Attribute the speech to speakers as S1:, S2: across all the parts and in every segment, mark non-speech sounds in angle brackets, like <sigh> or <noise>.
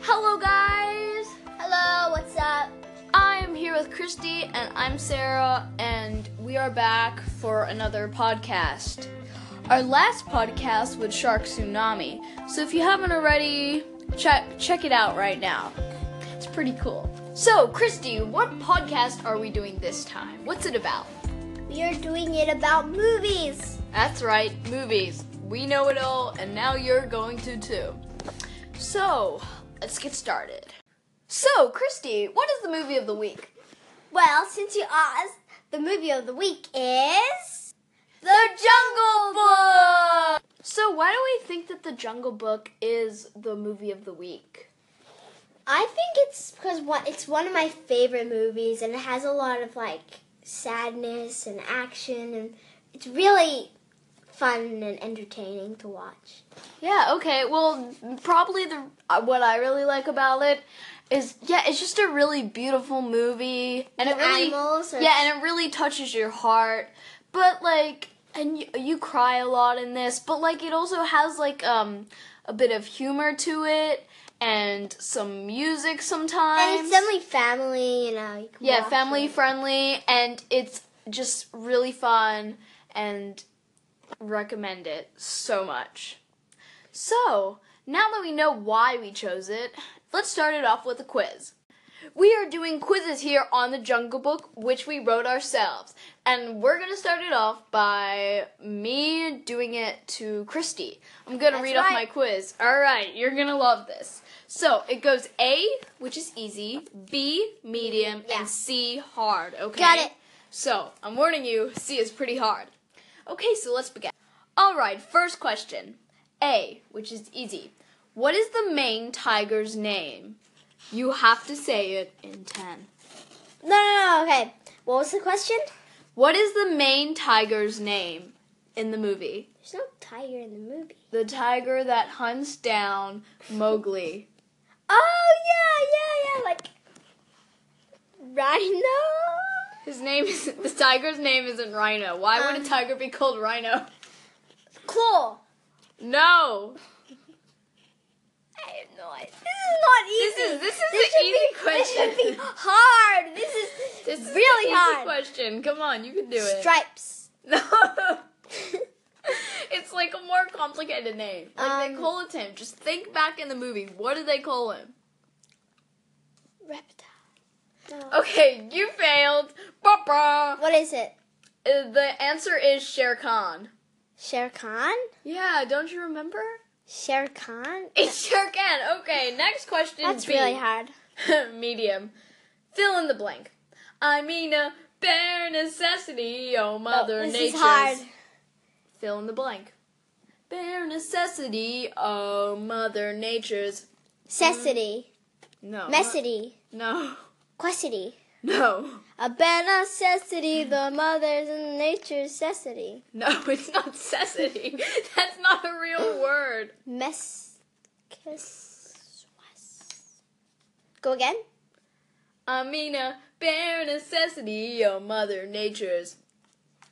S1: Hello, guys!
S2: Hello, what's up?
S1: I am here with Christy and I'm Sarah, and we are back for another podcast. Our last podcast was Shark Tsunami, so if you haven't already, check, check it out right now. It's pretty cool. So, Christy, what podcast are we doing this time? What's it about?
S2: We are doing it about movies.
S1: That's right, movies. We know it all, and now you're going to too. So, let's get started. So, Christy, what is the movie of the week?
S2: Well, since you asked, the movie of the week is
S1: The Jungle Book! So, why do we think that The Jungle Book is the movie of the week?
S2: I think it's because one, it's one of my favorite movies and it has a lot of like sadness and action and it's really fun and entertaining to watch.
S1: Yeah, okay. Well, probably the uh, what I really like about it is yeah, it's just a really beautiful movie and
S2: The
S1: it really
S2: animals are-
S1: Yeah, and it really touches your heart. But like and you, you cry a lot in this, but like it also has like um a bit of humor to it and some music sometimes.
S2: And it's definitely family, you know. You can
S1: yeah,
S2: watch
S1: family
S2: it.
S1: friendly and it's just really fun and recommend it so much. So, now that we know why we chose it, let's start it off with a quiz. We are doing quizzes here on the Jungle Book, which we wrote ourselves. And we're gonna start it off by me doing it to Christy. I'm gonna
S2: That's
S1: read off
S2: right.
S1: my quiz. Alright, you're gonna love this. So it goes A, which is easy, B, medium,
S2: Yeah.
S1: and C, hard, okay?
S2: Got it.
S1: So, I'm warning you, C is pretty hard. Okay, so let's begin. Alright, first question. A, which is easy. What is the main tiger's name? You have to say it in 10.
S2: No, no, no. Okay. What was the question?
S1: What is the main tiger's name in the movie?
S2: There's no tiger in the movie.
S1: The tiger that hunts down Mowgli.
S2: <laughs> Oh yeah, yeah, yeah. Like rhino.
S1: His name is <laughs> the tiger's name isn't Rhino. Why would a
S2: Um.
S1: tiger be called Rhino?
S2: Claw.
S1: No.
S2: I have no idea. This is not
S1: This
S2: easy.
S1: is this is
S2: should
S1: the easy
S2: be,
S1: question.
S2: <laughs> This should be hard. This is
S1: This is
S2: really
S1: the easy
S2: hard.
S1: question. Come on, you can <laughs> do it.
S2: Stripes. <laughs>
S1: No. <laughs> it's like a more complicated name. Like they
S2: Um.
S1: call it him. Just think back in the movie. What do they call him?
S2: Reptile. No.
S1: Okay, you failed. Ba-ba.
S2: Oh, What is it?
S1: Uh, The answer is Shere Khan.
S2: Shere Khan?
S1: Yeah, don't you remember?
S2: Shere Khan?
S1: It's Shere Khan. Okay, next question.
S2: That's
S1: B.
S2: really hard.
S1: <laughs> medium. Fill in the blank. I mean a bare necessity, oh mother
S2: Oh, this
S1: nature's. Mm.
S2: is hard.
S1: Fill in the blank. Bare necessity, oh mother nature's.
S2: Cessity.
S1: No.
S2: Messity.
S1: No. <laughs>
S2: Quessity.
S1: No.
S2: A bad necessity,
S1: <laughs>
S2: the mother's and nature's necessity.
S1: No, it's not necessity. <laughs> That's not a real word.
S2: Mess. Kiss. was- Go again?
S1: I mean a bare necessity, oh mother nature's.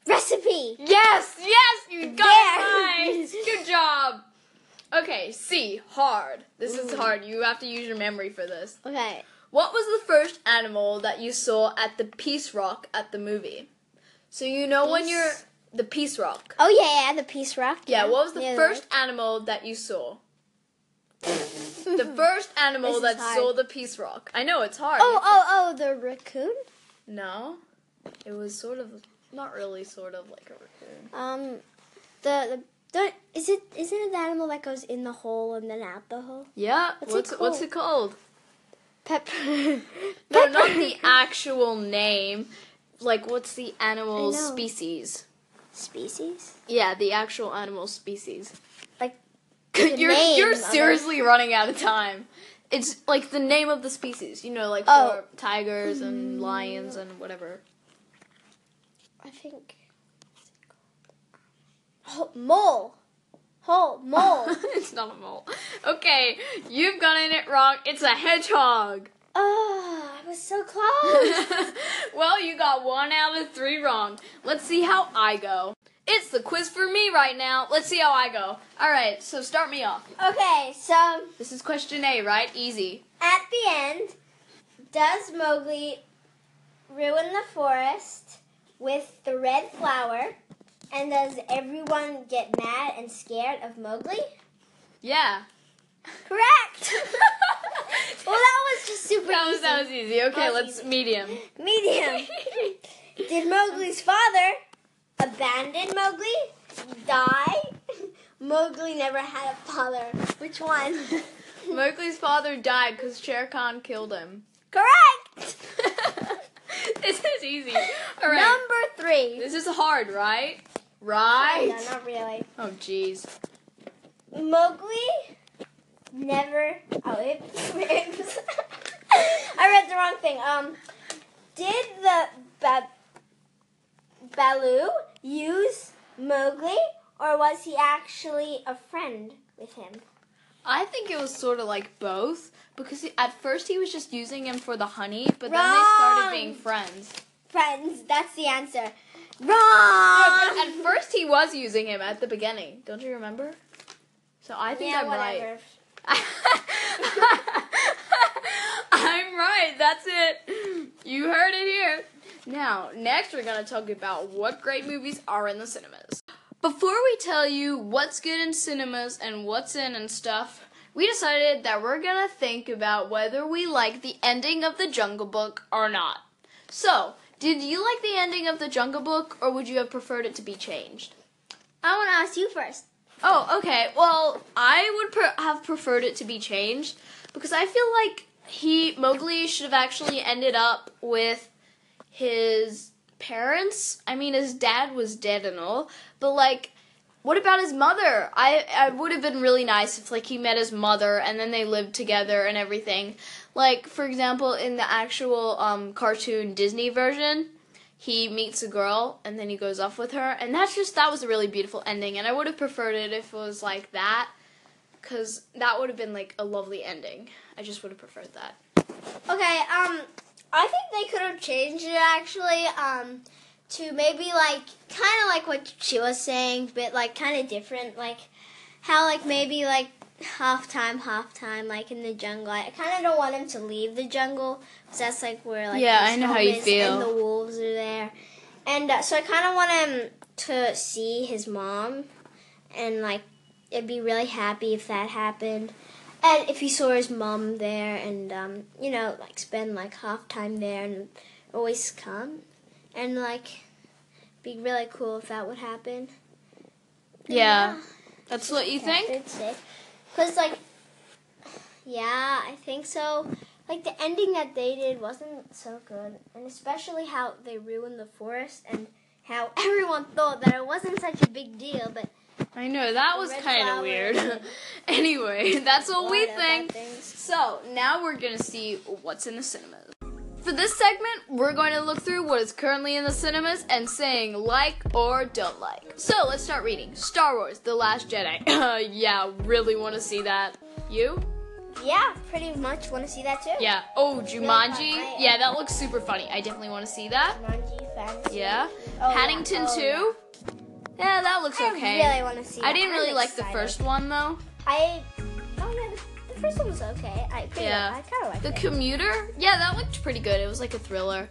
S2: Recipe.
S1: Yes, yes, you got
S2: There.
S1: it right. Good job. Okay, C, hard. This is hard. You have to use your memory for this.
S2: Okay.
S1: What was the first animal that you saw at the Peace Rock at the movie? So you know when
S2: Peace-
S1: you're the Peace Rock.
S2: Oh yeah, yeah, the peace rock.
S1: Yeah, what was the
S2: Yeah,
S1: first animal that you saw?
S2: <laughs>
S1: the first animal
S2: This is
S1: that
S2: hard.
S1: saw the Peace Rock. I know it's hard.
S2: Oh, oh, oh, the raccoon.
S1: No. It was sort of not really sort of like a raccoon.
S2: Um, the the. the is it isn't it the animal that goes in the hole and then out the hole?
S1: Yeah.
S2: What's it
S1: what's what's it called?
S2: <laughs> Pepper.
S1: No, not the actual name. Like, what's the animal
S2: I know.
S1: species?
S2: species.
S1: Yeah, the actual animal species.
S2: Like the
S1: <laughs> you're
S2: name
S1: you're
S2: of it.
S1: seriously running out of time. It's like the name of the species. You know, like
S2: Oh.
S1: for tigers and lions and whatever. <laughs>
S2: I think. Ho- mole. Hole. Mole.
S1: <laughs> it's not a mole. Okay, you've gotten it wrong. It's a hedgehog. <laughs>
S2: oh, I was so close.
S1: well, you got one out of three wrong. Let's see how I go. It's the quiz for me right now. Let's see how I go. All right, so start me off.
S2: Okay, so
S1: This is question A, right? Easy.
S2: At the end, does Mowgli ruin the forest with the red flower? And does everyone get mad and scared of Mowgli?
S1: Yeah.
S2: Correct! <laughs> well, that was just super
S1: that was
S2: easy.
S1: that was easy. Okay,
S2: That was
S1: let's medium.
S2: Medium. Did Mowgli's father abandon Mowgli? Die? Mowgli never had a father.
S1: <laughs>
S2: Which one?
S1: <laughs> Mowgli's father died because Shere Khan killed him.
S2: Correct!
S1: <laughs> this is easy. All right.
S2: Number three.
S1: This is hard, right?
S2: No,
S1: Right.
S2: not really.
S1: Oh, jeez.
S2: Mowgli never. Oh, <laughs> oops. oops. I read the wrong thing. Um, did the ba- Baloo use Mowgli, or was he actually a friend with him?
S1: I think it was sort of like both because he, at first he was just using him for the honey, but then they
S2: Wrong.
S1: started being friends.
S2: Friends. That's the answer.
S1: No, but
S2: Wrong.
S1: at first he was using him at the beginning. Don't you remember? So I think
S2: yeah,
S1: I'm
S2: whatever.
S1: right. <laughs> I'm right. That's it. You heard it here. Now, next we're going to talk about what great movies are in the cinemas. Before we tell you what's good in cinemas and what's in and stuff, we decided that we're going to think about whether we like the ending of The Jungle Book or not. So, did you like the ending of The Jungle Book or would you have preferred it to be changed?
S2: I want to ask you first.
S1: Oh, okay. Well, I would pre- have preferred it to be changed because I feel like he Mowgli should have actually ended up with his parents. I mean, his dad was dead and all, but like what about his mother? I I would have been really nice if like he met his mother and then they lived together and everything. Like for example, in the actual um cartoon Disney version, he meets a girl and then he goes off with her and that's just that was a really beautiful ending and i would have preferred it if it was like that because that would have been like a lovely ending i just would have preferred that
S2: Okay, um, I think they could have changed it actually, um, to maybe like kind of like what she was saying, but like kind of different, like how like maybe like half time, half time, like in the jungle. I kind of don't want him to leave the jungle because that's like where like
S1: Yeah,
S2: his
S1: I know how
S2: home
S1: you
S2: is
S1: feel.
S2: And the wolves are there, and uh, so I kind of want him to see his mom, and like it'd be really happy if that happened. And if he saw his mom there and, um, you know, like spend like half time there and always come. And like, be really cool if that would happen.
S1: yeah that's what you think
S2: Because, like, yeah, I think so. Like, the ending that they did wasn't so good. And especially how they ruined the forest and how <laughs> everyone thought that it wasn't such a big deal, but
S1: i know that was
S2: Red
S1: kind of
S2: flower.
S1: weird <laughs> anyway <laughs> that's what
S2: a
S1: we
S2: lot of
S1: think
S2: bad things.
S1: So now we're gonna see what's in the cinemas. For this segment, we're going to look through what is currently in the cinemas and saying like or don't like. So let's start reading. Star Wars: The Last Jedi. <laughs> Uh, yeah, really want to see that. You?
S2: Yeah, pretty much want to see that too.
S1: Yeah. Oh, Jumanji.
S2: fun, right?
S1: Yeah, that looks super funny. I definitely want to see that.
S2: Jumanji fantasy.
S1: Yeah.
S2: Oh,
S1: Paddington
S2: yeah. Oh,
S1: 2. Yeah, that looks
S2: I
S1: okay.
S2: really want to see.
S1: I
S2: that.
S1: didn't
S2: I'm
S1: really like the
S2: excited.
S1: first one though.
S2: I oh yeah, the, the first one was okay. I pretty
S1: Yeah.
S2: I kind of liked
S1: The
S2: it.
S1: commuter? Yeah, that looked pretty good. It was like a thriller.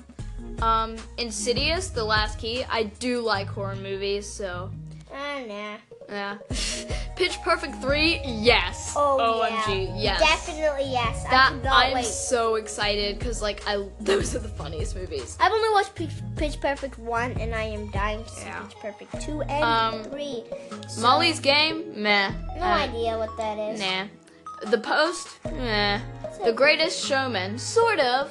S1: Um, Insidious, The Last Key. I do like horror movies, so
S2: oh no.
S1: yeah. <laughs> Pitch Perfect 3, yes.
S2: Oh
S1: OMG, yes.
S2: yeah. Definitely yes. I
S1: That
S2: cannot
S1: I'm
S2: wait.
S1: so excited because like I <laughs> those are the funniest movies.
S2: I've only watched Pitch, Pitch Perfect one, and I am dying to see
S1: Yeah.
S2: Pitch Perfect two and
S1: Um,
S2: three. So,
S1: Molly's Game, meh.
S2: no
S1: Uh,
S2: idea what that is.
S1: Nah. The Post, meh.
S2: It's
S1: The
S2: a-
S1: Greatest Showman, sort of.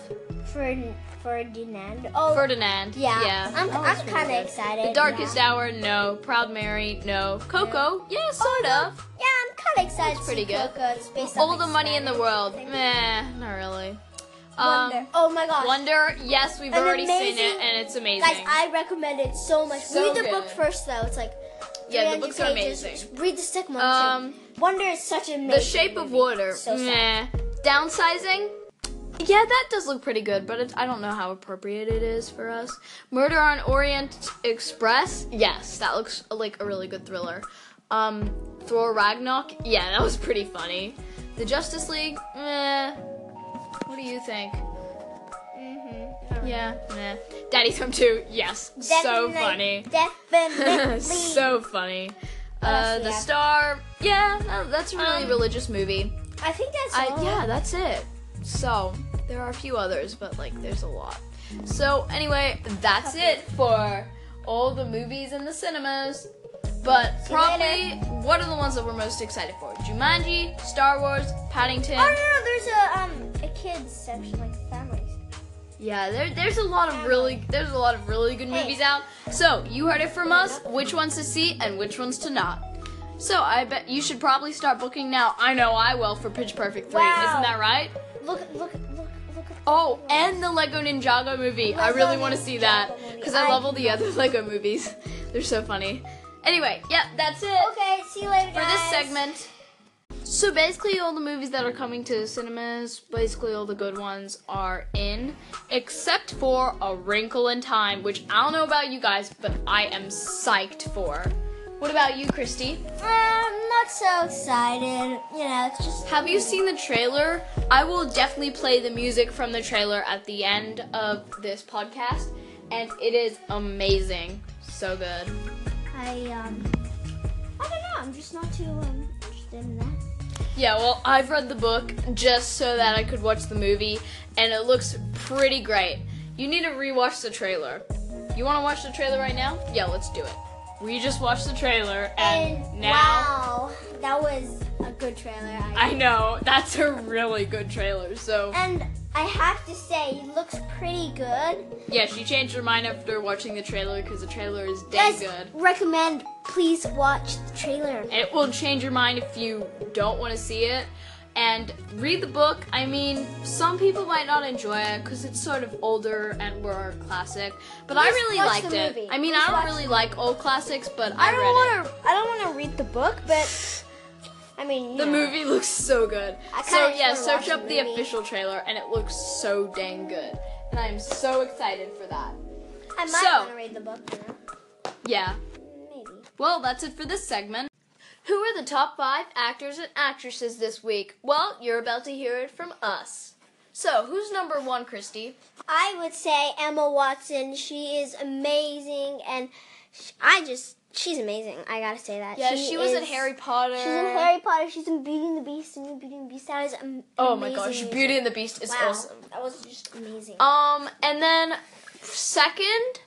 S2: Ferd, Ferdinand. Oh
S1: Ferdinand,
S2: yeah.
S1: yeah. That
S2: I'm, I'm
S1: looks Oh, really
S2: kind
S1: good.
S2: of excited.
S1: The Darkest
S2: yeah.
S1: Hour, no. Proud Mary, no. Coco, yeah, sort of.
S2: Yeah, I'm kind of excited.
S1: Looks pretty
S2: to see
S1: good.
S2: Coco. It's based
S1: All
S2: on
S1: the
S2: like,
S1: money in the
S2: Spanish,
S1: world,
S2: I think.
S1: meh, not really. Um,
S2: Wonder. oh my gosh.
S1: Wonder, yes, we've
S2: An
S1: already seen
S2: amazing-
S1: it, and it's amazing.
S2: Guys, I recommend it so much.
S1: So
S2: read the book
S1: good.
S2: first, though. It's like
S1: Yeah, the
S2: 300
S1: books are
S2: pages.
S1: amazing.
S2: Read the stick monster.
S1: Um,
S2: Wonder is such an amazing.
S1: the Shape of
S2: movie.
S1: Water,
S2: So sad.
S1: meh. Downsizing, Yeah, that does look pretty good, but it, I don't know how appropriate it is for us. Murder on Orient Express? Yes, that looks like a really good thriller. Um, Thor Ragnarok? Yeah, that was pretty funny. The Justice League? Meh. What do you think?
S2: Mm-hmm.
S1: Yeah, meh. Daddy Thumb 2? Yes. so funny.
S2: Definitely.
S1: <laughs> so funny. Uh,
S2: else do we
S1: the
S2: have?
S1: Star? Yeah, no, that's a really
S2: Um,
S1: religious movie.
S2: I think that's
S1: I,
S2: all.
S1: yeah, that's it. So there are a few others, but like there's a lot. So anyway, that's it for all the movies in the cinemas. But
S2: you
S1: probably what are the ones that we're most excited for? Jumanji, Star Wars, Paddington.
S2: Oh no, no, there's a um a kids section like families.
S1: Yeah, there, there's a lot of really there's a lot of really good movies out. So you heard it from us. Which ones to see and which ones to not. So I bet you should probably start booking now. I know I will for Pitch Perfect three.
S2: Wow.
S1: Isn't that right?
S2: Look, look, look, look. at-
S1: Oh, and the Lego Ninjago movie. I
S2: Lego
S1: really want to see
S2: Ninjago
S1: that
S2: movie.
S1: because I
S2: I
S1: love all the other <laughs> Lego movies. They're so funny. Anyway, yep, that's it
S2: Okay, see you later,
S1: for
S2: guys.
S1: this segment. So basically, all the movies that are coming to cinemas, basically all the good ones are in, except for A Wrinkle in Time, which I don't know about you guys, but I am psyched for. What about you, Christy?
S2: I'm not so excited. You know, it's just.
S1: Have you seen the trailer? I will definitely play the music from the trailer at the end of this podcast, and it is amazing. So good.
S2: I um. I don't know. I'm just not too um interested in that.
S1: Yeah, well, I've read the book just so that I could watch the movie, and it looks pretty great. You need to rewatch the trailer. You want to watch the trailer right now? Yeah, let's do it. We just watched the trailer, and, now.
S2: wow, that was a good trailer. I,
S1: I know, that's a really good trailer, so.
S2: and I have to say, it looks pretty good.
S1: Yeah, she changed her mind after watching the trailer because the trailer is dang
S2: Guys,
S1: good.
S2: recommend. Please watch the trailer.
S1: It will change your mind if you don't want to see it. And read the book. I mean, some people might not enjoy it because it's sort of older and more classic. But I
S2: Just
S1: really
S2: watch
S1: liked
S2: the
S1: it.
S2: movie.
S1: I mean,
S2: Just
S1: I don't
S2: watch
S1: really like old classics, but I,
S2: I don't
S1: read it.
S2: want to. I don't want to read the book, but I mean, you
S1: The
S2: know.
S1: movie <laughs> looks so good.
S2: I
S1: So
S2: kinda
S1: yeah,
S2: just wanna
S1: search
S2: watch
S1: up the
S2: the movie.
S1: official trailer, and it looks so dang good. And I'm so excited for that.
S2: I might
S1: So-
S2: want to read the book. You
S1: Yeah.
S2: know? Maybe.
S1: Well, that's it for this segment. Who are the top five actors and actresses this week? Well, you're about to hear it from us. So, who's number one, Christy?
S2: I would say Emma Watson. She is amazing, and sh I just she's amazing. I gotta say that.
S1: Yeah, she, was in
S2: is-
S1: Harry Potter.
S2: She's in Harry Potter. She's in Beauty and the Beast. And Beauty and the Beast. That is am-
S1: Oh my
S2: amazing
S1: gosh,
S2: music.
S1: Beauty and the Beast is
S2: wow,
S1: awesome.
S2: That was just amazing.
S1: Um, and then second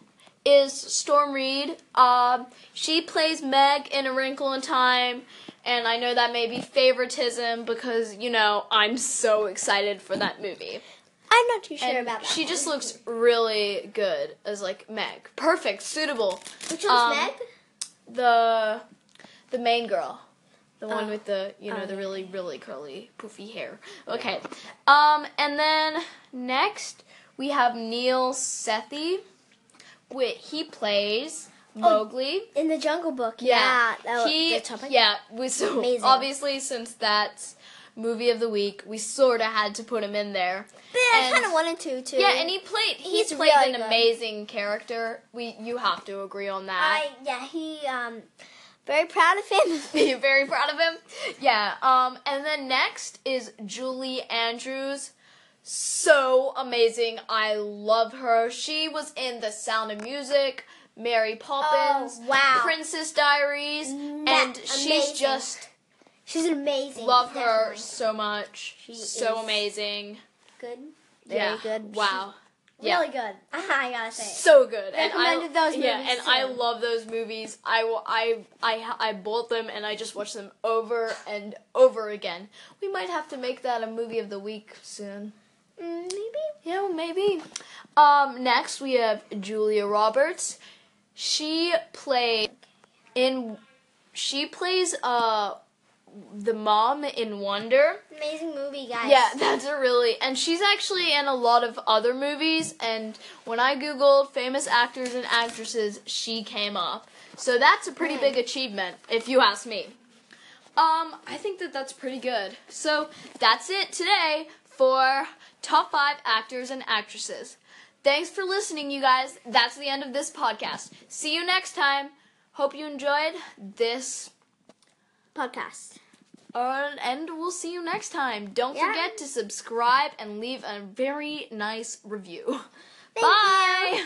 S1: is Storm Reed. Um, she plays Meg in A Wrinkle in Time, and I know that may be favoritism because you know I'm so excited for that movie.
S2: I'm not too sure
S1: And
S2: about that.
S1: She
S2: one.
S1: just looks really good as like Meg. Perfect, suitable.
S2: Which one's
S1: um,
S2: Meg?
S1: The the main girl. The one
S2: Oh.
S1: with the you know
S2: Oh,
S1: the
S2: yeah.
S1: really really curly poofy hair. Okay. Um and then next we have Neil Sethi. Wait, he plays Mowgli.
S2: In the Jungle Book.
S1: Yeah,
S2: Oh, Yeah. that was
S1: he,
S2: the topic.
S1: yeah. We, so
S2: Amazing.
S1: obviously, since that's movie of the week, we sort of had to put him in there.
S2: But I
S1: And-
S2: kind of wanted to too.
S1: yeah, and he played. He
S2: He's
S1: played
S2: really
S1: an
S2: good.
S1: amazing character. We you have to agree on that. <laughs>
S2: I yeah he um very proud of him.
S1: <laughs> You're very proud of him. Yeah. Um. And then next is Julie Andrews. So amazing. I love her. She was in The Sound of Music, Mary Poppins,
S2: Oh, wow.
S1: Princess Diaries,
S2: Ma-
S1: and she's
S2: amazing.
S1: just
S2: She's amazing.
S1: love her
S2: definitely.
S1: so much.
S2: She
S1: so
S2: is
S1: amazing.
S2: Good. Very
S1: yeah.
S2: good.
S1: Wow.
S2: She-
S1: yeah.
S2: Really good. <laughs> I gotta say.
S1: so good.
S2: Recommended those
S1: yeah,
S2: movies
S1: and I
S2: too.
S1: love those movies. I will, I I I bought them and I just watch them over and over again. We might have to make that a movie of the week soon.
S2: Mm, maybe.
S1: Yeah, well, maybe. Um, next we have Julia Roberts. She played in. She plays uh the mom in Wonder.
S2: Amazing movie, guys.
S1: Yeah, <laughs> that's a really and she's actually in a lot of other movies and when I googled famous actors and actresses, she came up. So that's a pretty big achievement if you ask me. Um I think that that's pretty good. So that's it today for top five actors and actresses. Thanks for listening, you guys. That's the end of this podcast. See you next time. Hope you enjoyed this,
S2: Podcast.
S1: uh, and we'll see you next time. Don't
S2: Yeah.
S1: forget to subscribe and leave a very nice review.
S2: Thank
S1: Bye.
S2: you.